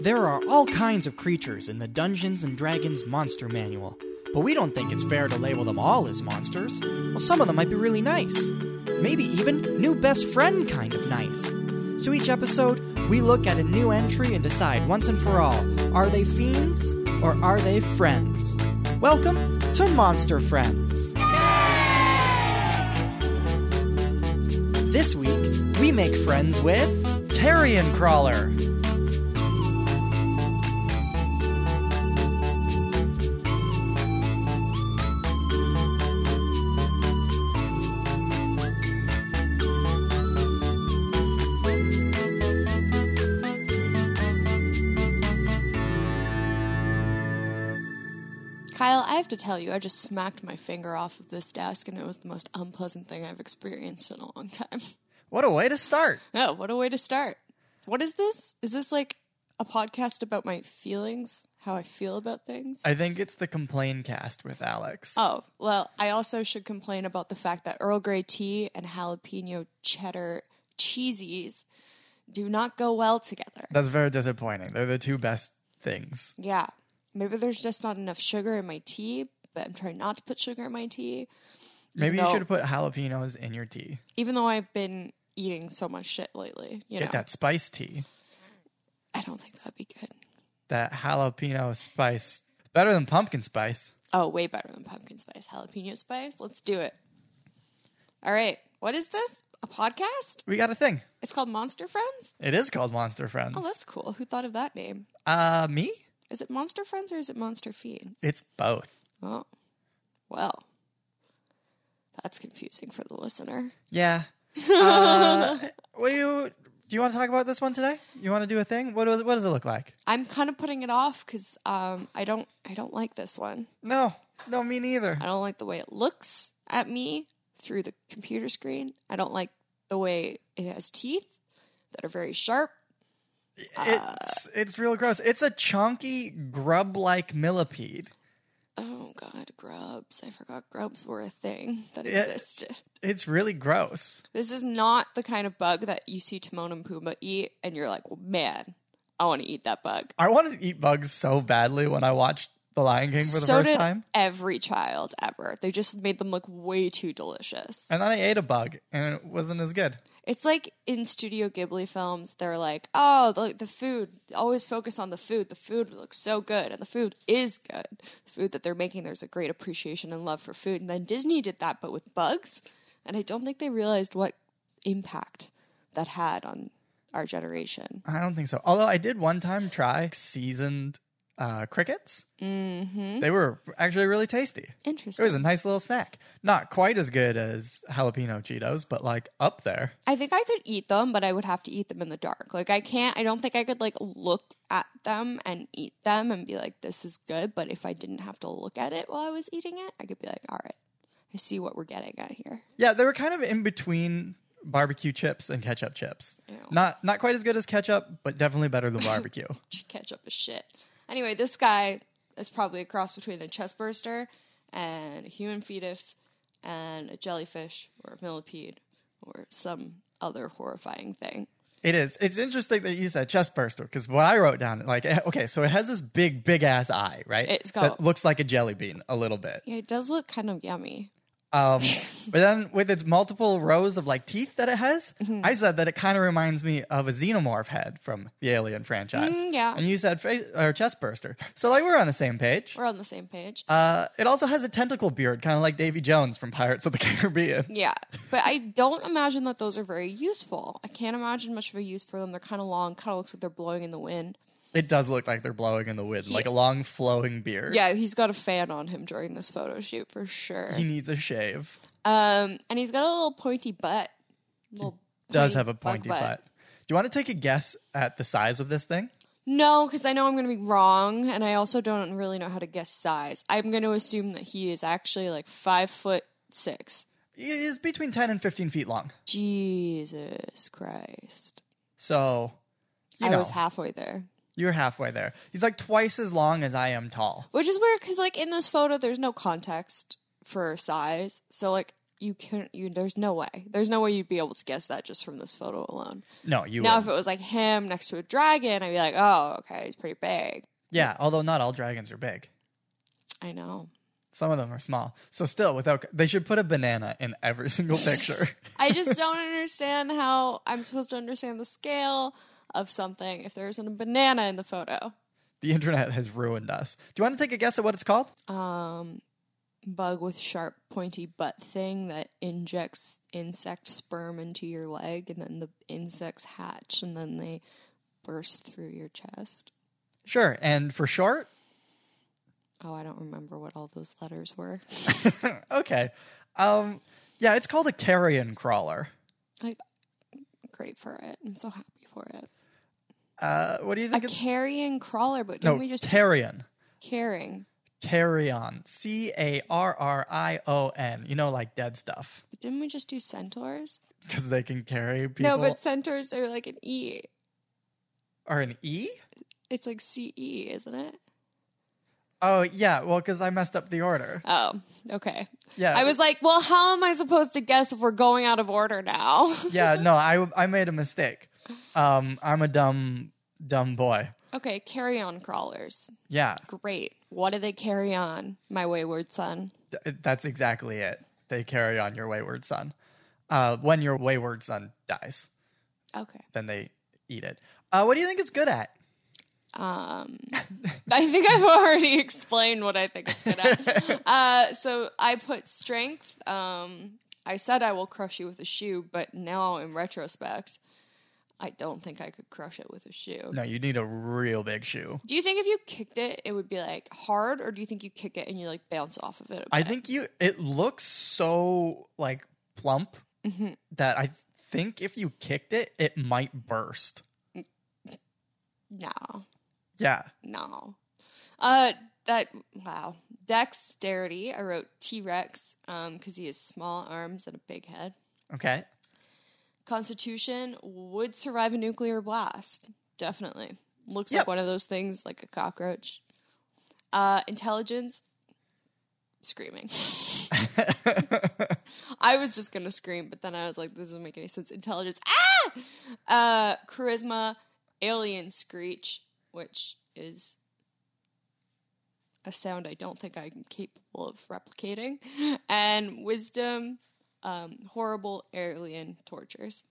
There are all kinds of creatures in the Dungeons and Dragons Monster Manual, but we don't think it's fair to label them all as monsters. Well, some of them might be really nice. Maybe even new best friend kind of nice. So each episode, we look at a new entry and decide once and for all are they fiends or are they friends? Welcome to Monster Friends. This week, we make friends with Carrion Crawler. Kyle, I have to tell you, I just smacked my finger off of this desk and it was the most unpleasant thing I've experienced in a long time. What a way to start! Oh, what a way to start. What is this? Is this like a podcast about my feelings? How I feel about things? I think it's the complain cast with Alex. oh, well, I also should complain about the fact that Earl Grey tea and jalapeno cheddar cheesies do not go well together. That's very disappointing. They're the two best things. Yeah. Maybe there's just not enough sugar in my tea, but I'm trying not to put sugar in my tea. Maybe you No. should have put jalapenos in your tea. Even though I've been eating so much shit lately, you know. Get that spice tea. I don't think that'd be good. That jalapeno spice. Better than pumpkin spice. Oh, way better than pumpkin spice, jalapeno spice. Let's do it. All right. What is this? A podcast? We got a thing. It's called Monster Friends? It is called Monster Friends. Oh, that's cool. Who thought of that name? uh me? Is it Monster Friends or is it Monster Fiends? It's both. oh. Well. That's confusing for the listener. Yeah. Uh, what do you do you want to talk about this one today? You want to do a thing? What does what does it look like? I'm kind of putting it off cuz um I don't I don't like this one. No. No, me neither. I don't like the way it looks at me through the computer screen. I don't like the way it has teeth that are very sharp. Uh, it's it's real gross. It's a chunky grub like millipede. Oh God, grubs! I forgot grubs were a thing that Yeah. existed. It's really gross. This is not the kind of bug that you see Timon and Pumbaa eat, and you're like, man, I want to eat that bug. I wanted to eat bugs so badly when I watched The Lion King for the so first did time. every child ever. They just made them look way too delicious. And then I ate a bug and it wasn't as good. It's like in Studio Ghibli films, they're like, oh, the, the food. Always focus on the food. The food looks so good, and the food is good. The food that they're making, there's a great appreciation and love for food. And then Disney did that, but with bugs. And I don't think they realized what impact that had on our generation. I don't think so. Although I did one time try seasoned uh, crickets. Mm-hmm. They were actually really tasty. It Interesting. was a nice little snack. Not quite as good as jalapeno Cheetos, but like up there. I think I could eat them, but I would have to eat them in the dark. Like I can't. I don't think I could like look at them and eat them and be like, "This is good." But if I didn't have to look at it while I was eating it, I could be like, "All right, I see what we're getting at here." Yeah, they were kind of in between barbecue chips and ketchup chips. Ew. Not not quite as good as ketchup, but definitely better than barbecue. Ketchup is shit. Anyway, this guy is probably a cross between a chest burster and a human fetus and a jellyfish or a millipede or some other horrifying thing. It is. It's interesting that you said chest burster because what I wrote down, like, eh, okay, so it has this big, big ass eye, right? It's that got- looks like a jelly bean a little bit. Yeah, it does look kind of yummy. Um, but then with its multiple rows of like teeth that it has, Mm-hmm. I said that it kind of reminds me of a xenomorph head from the Alien franchise. Mm, yeah. and you said face or chest burster. So like we're on the same page. We're on the same page. Uh, it also has a tentacle beard, kind of like Davy Jones from Pirates of the Caribbean. Yeah, but I don't imagine that those are very useful. I can't imagine much of a use for them. They're kind of long, kind of looks like they're blowing in the wind. It does look like they're blowing in the wind, like a long flowing beard. Yeah, he's got a fan on him during this photo shoot for sure. he needs a shave. Um, and he's got a little pointy butt. Little does have a bug pointy butt. Do you want to take a guess at the size of this thing? No, because I know I'm going to be wrong, and I also don't really know how to guess size. I'm going to assume that he is actually like five foot six. It is between 10 and 15 feet long. Jesus Christ! So, you I know, was halfway there. you're halfway there. He's like twice as long as I am tall. Which is weird because, like, in this photo, there's no context for size. So, like, you can't. You there's no way. There's no way you'd be able to guess that just from this photo alone. No, you now, wouldn't. if it was like him next to a dragon, I'd be like, oh, okay, he's pretty big. yeah, although not all dragons are big. I know. Some of them are small. So still, without they should put a banana in every single picture. I just don't understand how I'm supposed to understand the scale of something if there isn't a banana in the photo. the internet has ruined us. Do you want to take a guess at what it's called? Um, bug with sharp, pointy butt thing that injects insect sperm into your leg, and then the insects hatch, and then they burst through your chest. Sure. And for short, Oh, I don't remember what all those letters were. okay. Um, yeah, it's called a carrion crawler. Like, great for it. I'm so happy for it. Uh, what do you A think? it's carrying crawler, but didn't no, we just carrion. carrying? Carrion. C A R R I O N. You know, like dead stuff Didn't we just do centaurs? because they can carry people. No, but centaurs are like an E. or an E? It's like C E, isn't it? Oh yeah. Well, because I messed up the order. Oh, okay. Yeah. I was like, well, how am I supposed to guess if we're going out of order now? yeah. No, I I made a mistake. Um, I'm a dumb dumb boy. okay, carry on crawlers. Yeah. Great. What do they carry on, my wayward son? Th- that's exactly it. They carry on your wayward son. Uh, when your wayward son dies, Okay. then they eat it. Uh, what do you think it's good at? Um, I think I've already explained what I think it's good at. Uh, so I put strength. Um, I said I will crush you with a shoe, but now in retrospect, I don't think I could crush it with a shoe. No, you need a real big shoe. Do you think if you kicked it, it would be like hard, or do you think you kick it and you like bounce off of it? a I bit? think you. It looks so like plump Mhm. that I think if you kicked it, it might burst. no, Yeah, no. Uh, that wow, dexterity. I wrote T Rex, um, because he has small arms and a big head. Okay. Constitution would survive a nuclear blast. Definitely looks Yep. like one of those things, like a cockroach. Uh, intelligence. Screaming. I was just gonna scream, but then I was like, this doesn't make any sense. Intelligence, ah, uh, charisma, alien screech, which is a sound I don't think I'm capable of replicating, and wisdom, um, horrible alien tortures.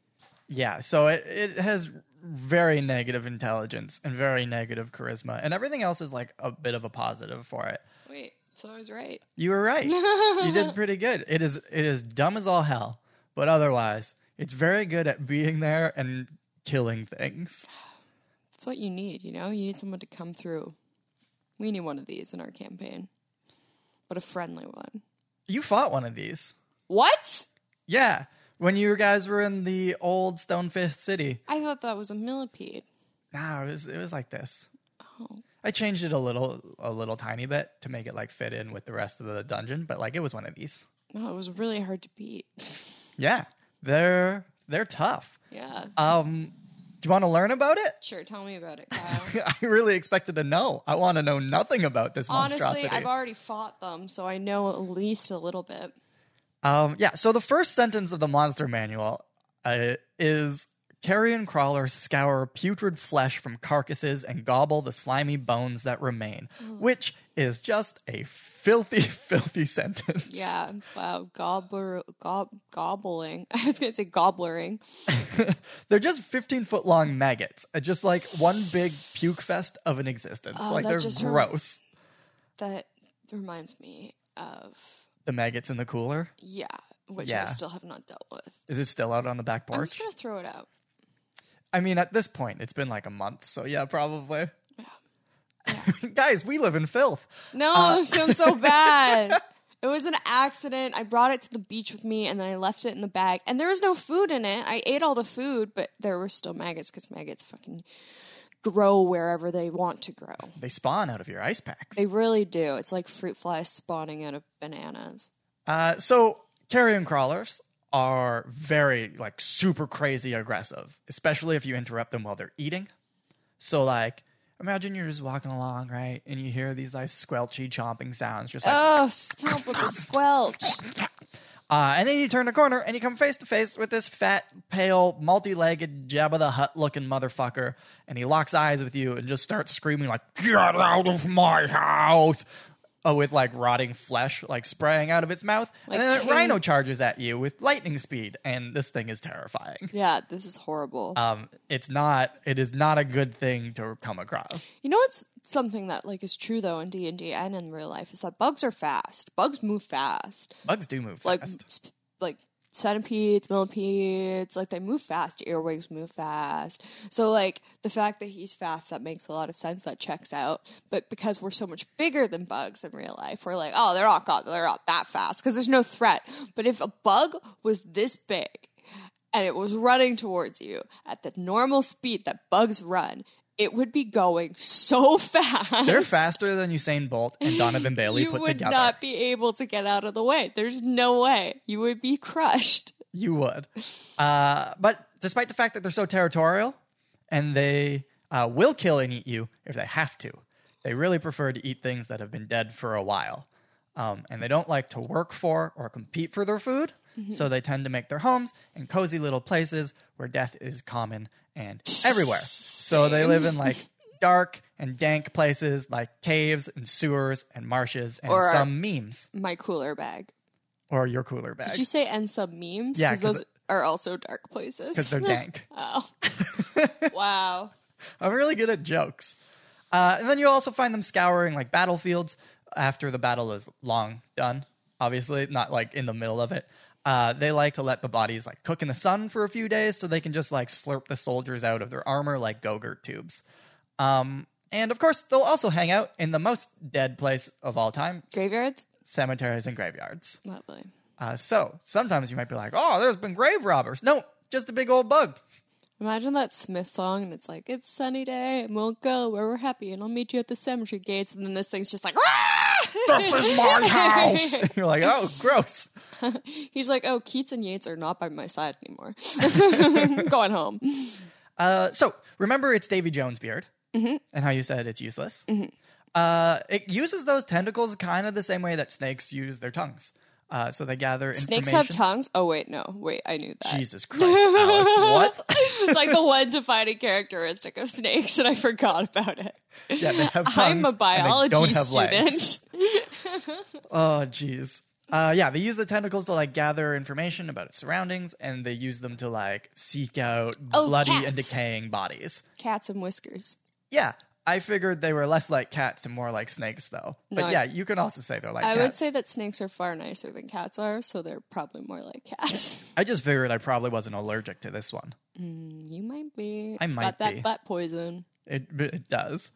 yeah. So it it has very negative intelligence and very negative charisma, and everything else is like a bit of a positive for it. Wait, so I was right. You were right. you did pretty good. It is it is dumb as all hell, but otherwise, it's very good at being there and killing things. That's what you need, you know? You need someone to come through. We need one of these in our campaign, but a friendly one. You fought one of these. What? Yeah. When you guys were in the old Stonefish City. I thought that was a millipede. Nah, it was it was like this. Oh, I changed it a little a little tiny bit to make it like fit in with the rest of the dungeon, but like it was one of these. no, it was really hard to beat. Yeah. They're they're tough. Yeah. Um do you want to learn about it? Sure, tell me about it, Kyle. I really expected to know. I want to know nothing about this monstrosity. Honestly, I've already fought them, so I know at least a little bit. Um, yeah, so the first sentence of the monster manual uh, is carrion crawlers scour putrid flesh from carcasses and gobble the slimy bones that remain, Mm. which is just a filthy, filthy sentence. Yeah. Wow. Gobbler, gob, gobbling. I was going to say gobblering. They're just 15 foot long maggots, uh, just like one big puke fest of an existence. Oh, like that they're just rem- gross. That reminds me of, the maggots in the cooler. yeah, which I Yeah. still have not dealt with. Is it still out on the back I'm just porch? going to throw it out. I mean, at this point, it's been like a month, so yeah, probably. Yeah. Guys, we live in filth. No, it sounds so bad. It was an accident. I brought it to the beach with me and then I left it in the bag. And there was no food in it. I ate all the food, but there were still maggots because maggots fucking grow wherever they want to grow. They spawn out of your ice packs. They really do. It's like fruit flies spawning out of bananas. Uh, so carrion crawlers are very like super crazy aggressive, especially if you interrupt them while they're eating. So like, imagine you're just walking along, right, and you hear these like squelchy chomping sounds, just like Oh, stop with the squelch. Uh, and then you turn the corner and you come face to face with this fat, pale, multi-legged Jabba the Hutt looking motherfucker, and he locks eyes with you and just starts screaming like "Get out of my house!" Oh, with like rotting flesh like spraying out of its mouth, Like and then King- a rhino charges at you with lightning speed, and this thing is terrifying. Yeah, this is horrible. Um, it's not. It is not a good thing to come across. You know what's something that like is true though in D and D and in real life is that bugs are fast. Bugs move fast. Bugs do move Like fast. sp- like centipedes, millipedes, like they move fast. Earwigs move fast. So like the fact that he's fast that makes a lot of sense. That checks out. But because we're so much bigger than bugs in real life, we're like, oh, they're not god, they're not that fast because there's no threat. But if a bug was this big. And it was running towards you at the normal speed that bugs run. It would be going so fast. They're faster than Usain Bolt and Donovan Bailey you put would together. not be able to get out of the way. There's no way. You would be crushed. You would. Uh, but despite the fact that they're so territorial and they uh, will kill and eat you if they have to, they really prefer to eat things that have been dead for a while. Um, and they don't like to work for or compete for their food. Mm-hmm. So they tend to make their homes in cozy little places where death is common and everywhere. So they live in like dark and dank places like caves and sewers and marshes and Or- some memes My cooler bag. or your cooler bag Did you say and some memes? Yeah, 'cause those it- are also dark places. because they're dank. oh. wow. I'm really good at jokes. Uh, and then you also find them scouring like battlefields after the battle is long done. Obviously, not like in the middle of it. Uh, they like to let the bodies like cook in the sun for a few days so they can just like slurp the soldiers out of their armor like Gogurt tubes. Um, and of course, they'll also hang out in the most dead place of all time Graveyards? cemeteries and graveyards. Lovely. Uh, so sometimes you might be like, oh, there's been grave robbers. No, just a big old bug. Imagine that Smith song and it's like, it's sunny day and we'll go where we're happy and I'll meet you at the cemetery gates. And then this thing's just like, "Ah!" This is my house. You're like, oh, gross. He's like, oh, Keats and Yeats are not by my side anymore. Going home. Uh, so remember, it's Davy Jones' beard, Mm-hmm. and how you said it's useless. Uh, it uses those tentacles kind of the same way that snakes use their tongues. Uh, so they gather Snakes information. have tongues? Oh, wait, no. Wait, I knew that. Jesus Christ, Alex! What? It's like the one defining characteristic of snakes, and I forgot about it. yeah, they have tongues. and I'm a they don't biology have legs. student. Oh, jeez. Uh, yeah, they use the tentacles to like gather information about its surroundings, and they use them to like seek out Oh, bloody and cats. decaying bodies. Cats and whiskers. Yeah, I figured they were less like cats and more like snakes, though. But No, I- yeah, you can also say they're like. I would cats. say that snakes are far nicer than cats are, so they're probably more like cats. I just figured I probably wasn't allergic to this one. Hmm, You might be. I It's might got that be. butt poison. It, it does.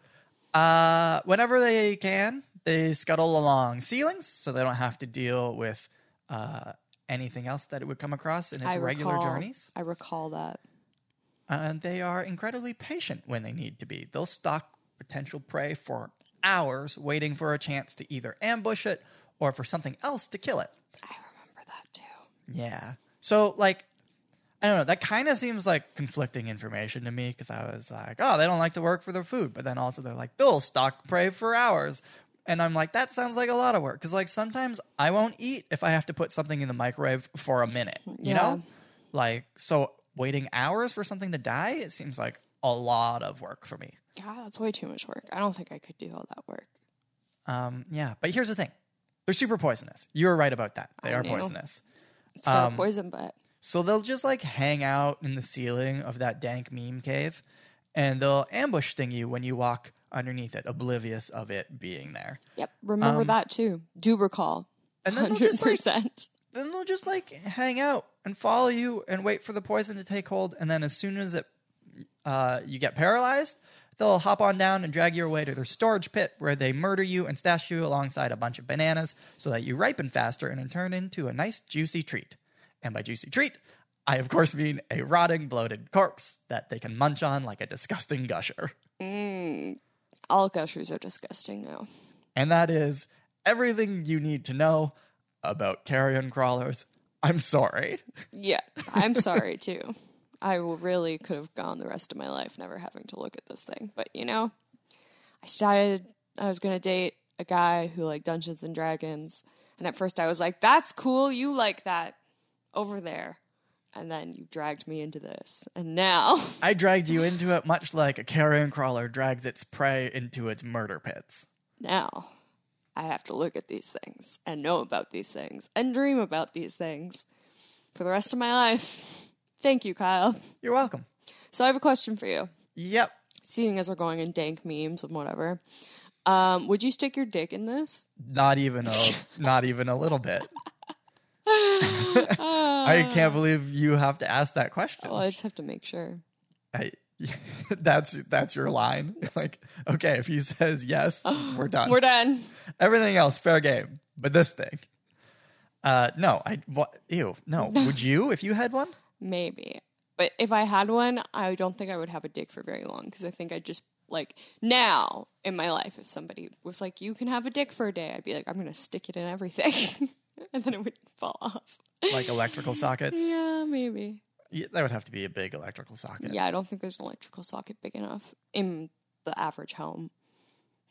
Uh, whenever they can, they scuttle along ceilings so they don't have to deal with uh, anything else that it would come across in its I regular recall, journeys. I recall that. And they are incredibly patient when they need to be. They'll stalk potential prey for hours, waiting for a chance to either ambush it or for something else to kill it. I remember that too. Yeah. So like I don't know, that kind of seems like conflicting information to me because I was like, oh, they don't like to work for their food, but then also they're like, they'll stalk prey for hours. And I'm like, that sounds like a lot of work because like sometimes I won't eat if I have to put something in the microwave for a minute, you Yeah. know? Like so waiting hours for something to die, it seems like a lot of work for me. God, that's way too much work. I don't think I could do all that work. Um yeah, but here's the thing. They're super poisonous. You were right about that. They I are knew. poisonous. It's got Um, a poison butt. So they'll just like hang out in the ceiling of that dank meme cave and they'll ambush sting you when you walk underneath it, oblivious of it being there. Yep, remember that too. Do recall. um, And then they'll Hundred just like percent. then they'll just like hang out and follow you and wait for the poison to take hold and then as soon as it uh, you get paralyzed, they'll hop on down and drag you away to their storage pit where they murder you and stash you alongside a bunch of bananas so that you ripen faster and then turn into a nice juicy treat. And by juicy treat, I of course mean a rotting, bloated corpse that they can munch on like a disgusting gusher. All gushers are disgusting now. And that is everything you need to know about carrion crawlers. I'm sorry. Yeah, I'm sorry too. I really could have gone the rest of my life never having to look at this thing. But you know, I started. I was gonna date a guy who liked Dungeons and Dragons, And at first I was like, that's cool. You like that over there. And then you dragged me into this. And now, I dragged you into it much like a carrion crawler drags its prey into its murder pits. now I have to look at these things and know about these things and dream about these things for the rest of my life. Thank you, Kyle. You're welcome. So I have a question for you. Yep. Seeing as we're going in dank memes and whatever, um, would you stick your dick in this? Not even a not even a little bit. I can't believe you have to ask that question. Uh, Well, I just have to make sure. I, that's that's your line. Like, okay, if he says yes, we're done. Oh, We're done. Everything else fair game, but this thing. Uh, no, I what, ew, no. Would you if you had one? Maybe. But if I had one, I don't think I would have a dick for very long because I think I'd just like now in my life if somebody was like, "You can have a dick for a day," I'd be like, "I'm gonna stick it in everything," and then it would fall off. Like electrical sockets? Yeah, maybe. Yeah, that would have to be a big electrical socket. Yeah, I don't think there's an electrical socket big enough in the average home.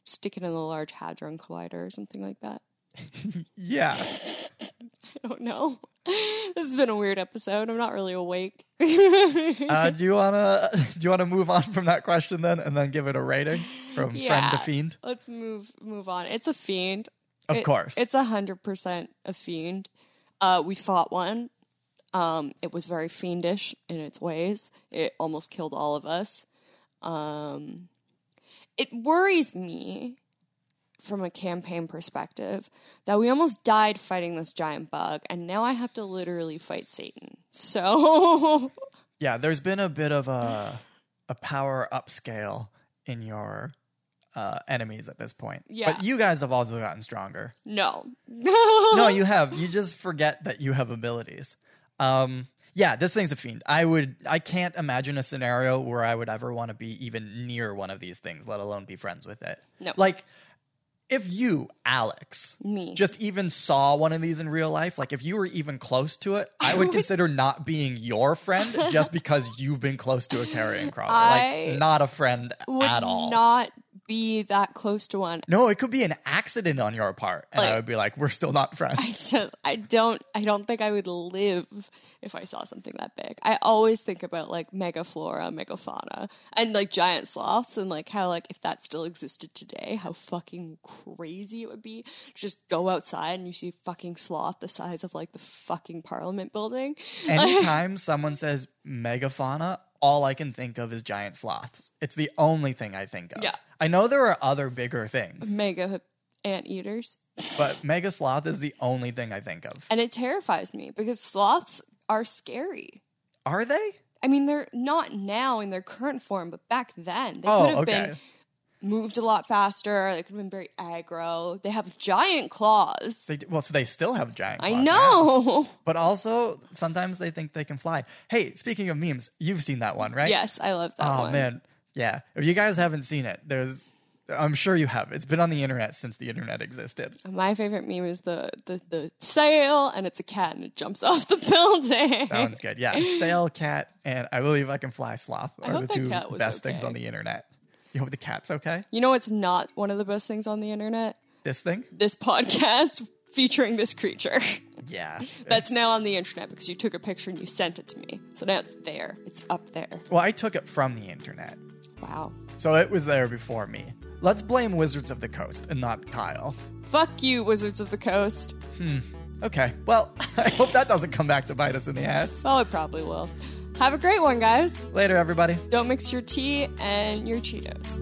Stick it in the Large Hadron Collider or something like that. Yeah. I don't know. This has been a weird episode. I'm not really awake. Uh, do you wanna do you wanna move on from that question then, and then give it a rating from friend to Yeah. fiend? Let's move move on. It's a fiend. Of It- course. It's a hundred percent a fiend. Uh, we fought one. Um, it was very fiendish in its ways. It almost killed all of us. Um, it worries me from a campaign perspective that we almost died fighting this giant bug, and now I have to literally fight Satan. So Yeah, there's been a bit of a a power upscale in your uh, enemies at this point. Yeah. But you guys have also gotten stronger. no, Uh-huh. no, you have. You just forget that you have abilities. Um, yeah, this thing's a fiend. I would. I can't imagine a scenario where I would ever want to be even near one of these things, let alone be friends with it. No. Like, if you, Alex, Me. just even saw one of these in real life, like if you were even close to it, I would consider not being your friend just because you've been close to a carrion crawler. I like, not a friend would at all. not be that close to one. no, it could be an accident on your part, and I Like- would be like, "We're still not friends." I just I don't I don't think I would live if I saw something that big. I always think about like megaflora, megafauna, and like giant sloths, and like how like if that still existed today, how fucking crazy it would be. to Just go outside and you see a fucking sloth the size of like the fucking Parliament building. Anytime someone says megafauna, all I can think of is giant sloths. It's the only thing I think of. Yeah. I know there are other bigger things, Mega anteaters. but mega sloth is the only thing I think of. And it terrifies me because sloths are scary. Are they? I mean, they're not now in their current form, but back then they could Oh, have okay. been moved a lot faster. They could have been very aggro. They have giant claws. They do, well, so they still have giant. I claws now. know. but also sometimes they think they can fly. Hey, speaking of memes, you've seen that one, right? Yes, I love that Oh one. man, yeah. If you guys haven't seen it, there's. I'm sure you have. It's been on the internet since the internet existed. My favorite meme is the, the the sail, and it's a cat, and it jumps off the building. That one's good. Yeah, sail cat and I believe I can fly sloth I are the hope that two cat was best things okay. on the internet. You hope the cat's okay? You know, it's not one of the best things on the internet. This thing? This podcast featuring this creature Yeah. that's It's- now on the internet because you took a picture and you sent it to me. So now it's there. It's up there. Well, I took it from the internet, Wow. so it was there before me. Let's blame Wizards of the Coast and not Kyle. Fuck you, Wizards of the Coast. Okay. Well, I hope that doesn't come back to bite us in the ass. Oh, it probably will. Have a great one, guys. Later, everybody. Don't mix your tea and your Cheetos.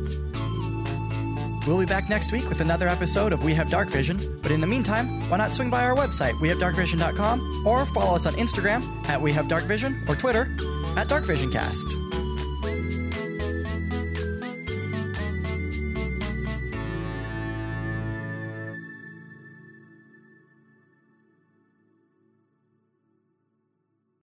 We'll be back next week with another episode of We Have Dark Vision. But in the meantime, why not swing by our website, wehavedarkvision.com, or follow us on Instagram at We Have Dark Vision or Twitter at DarkVisionCast.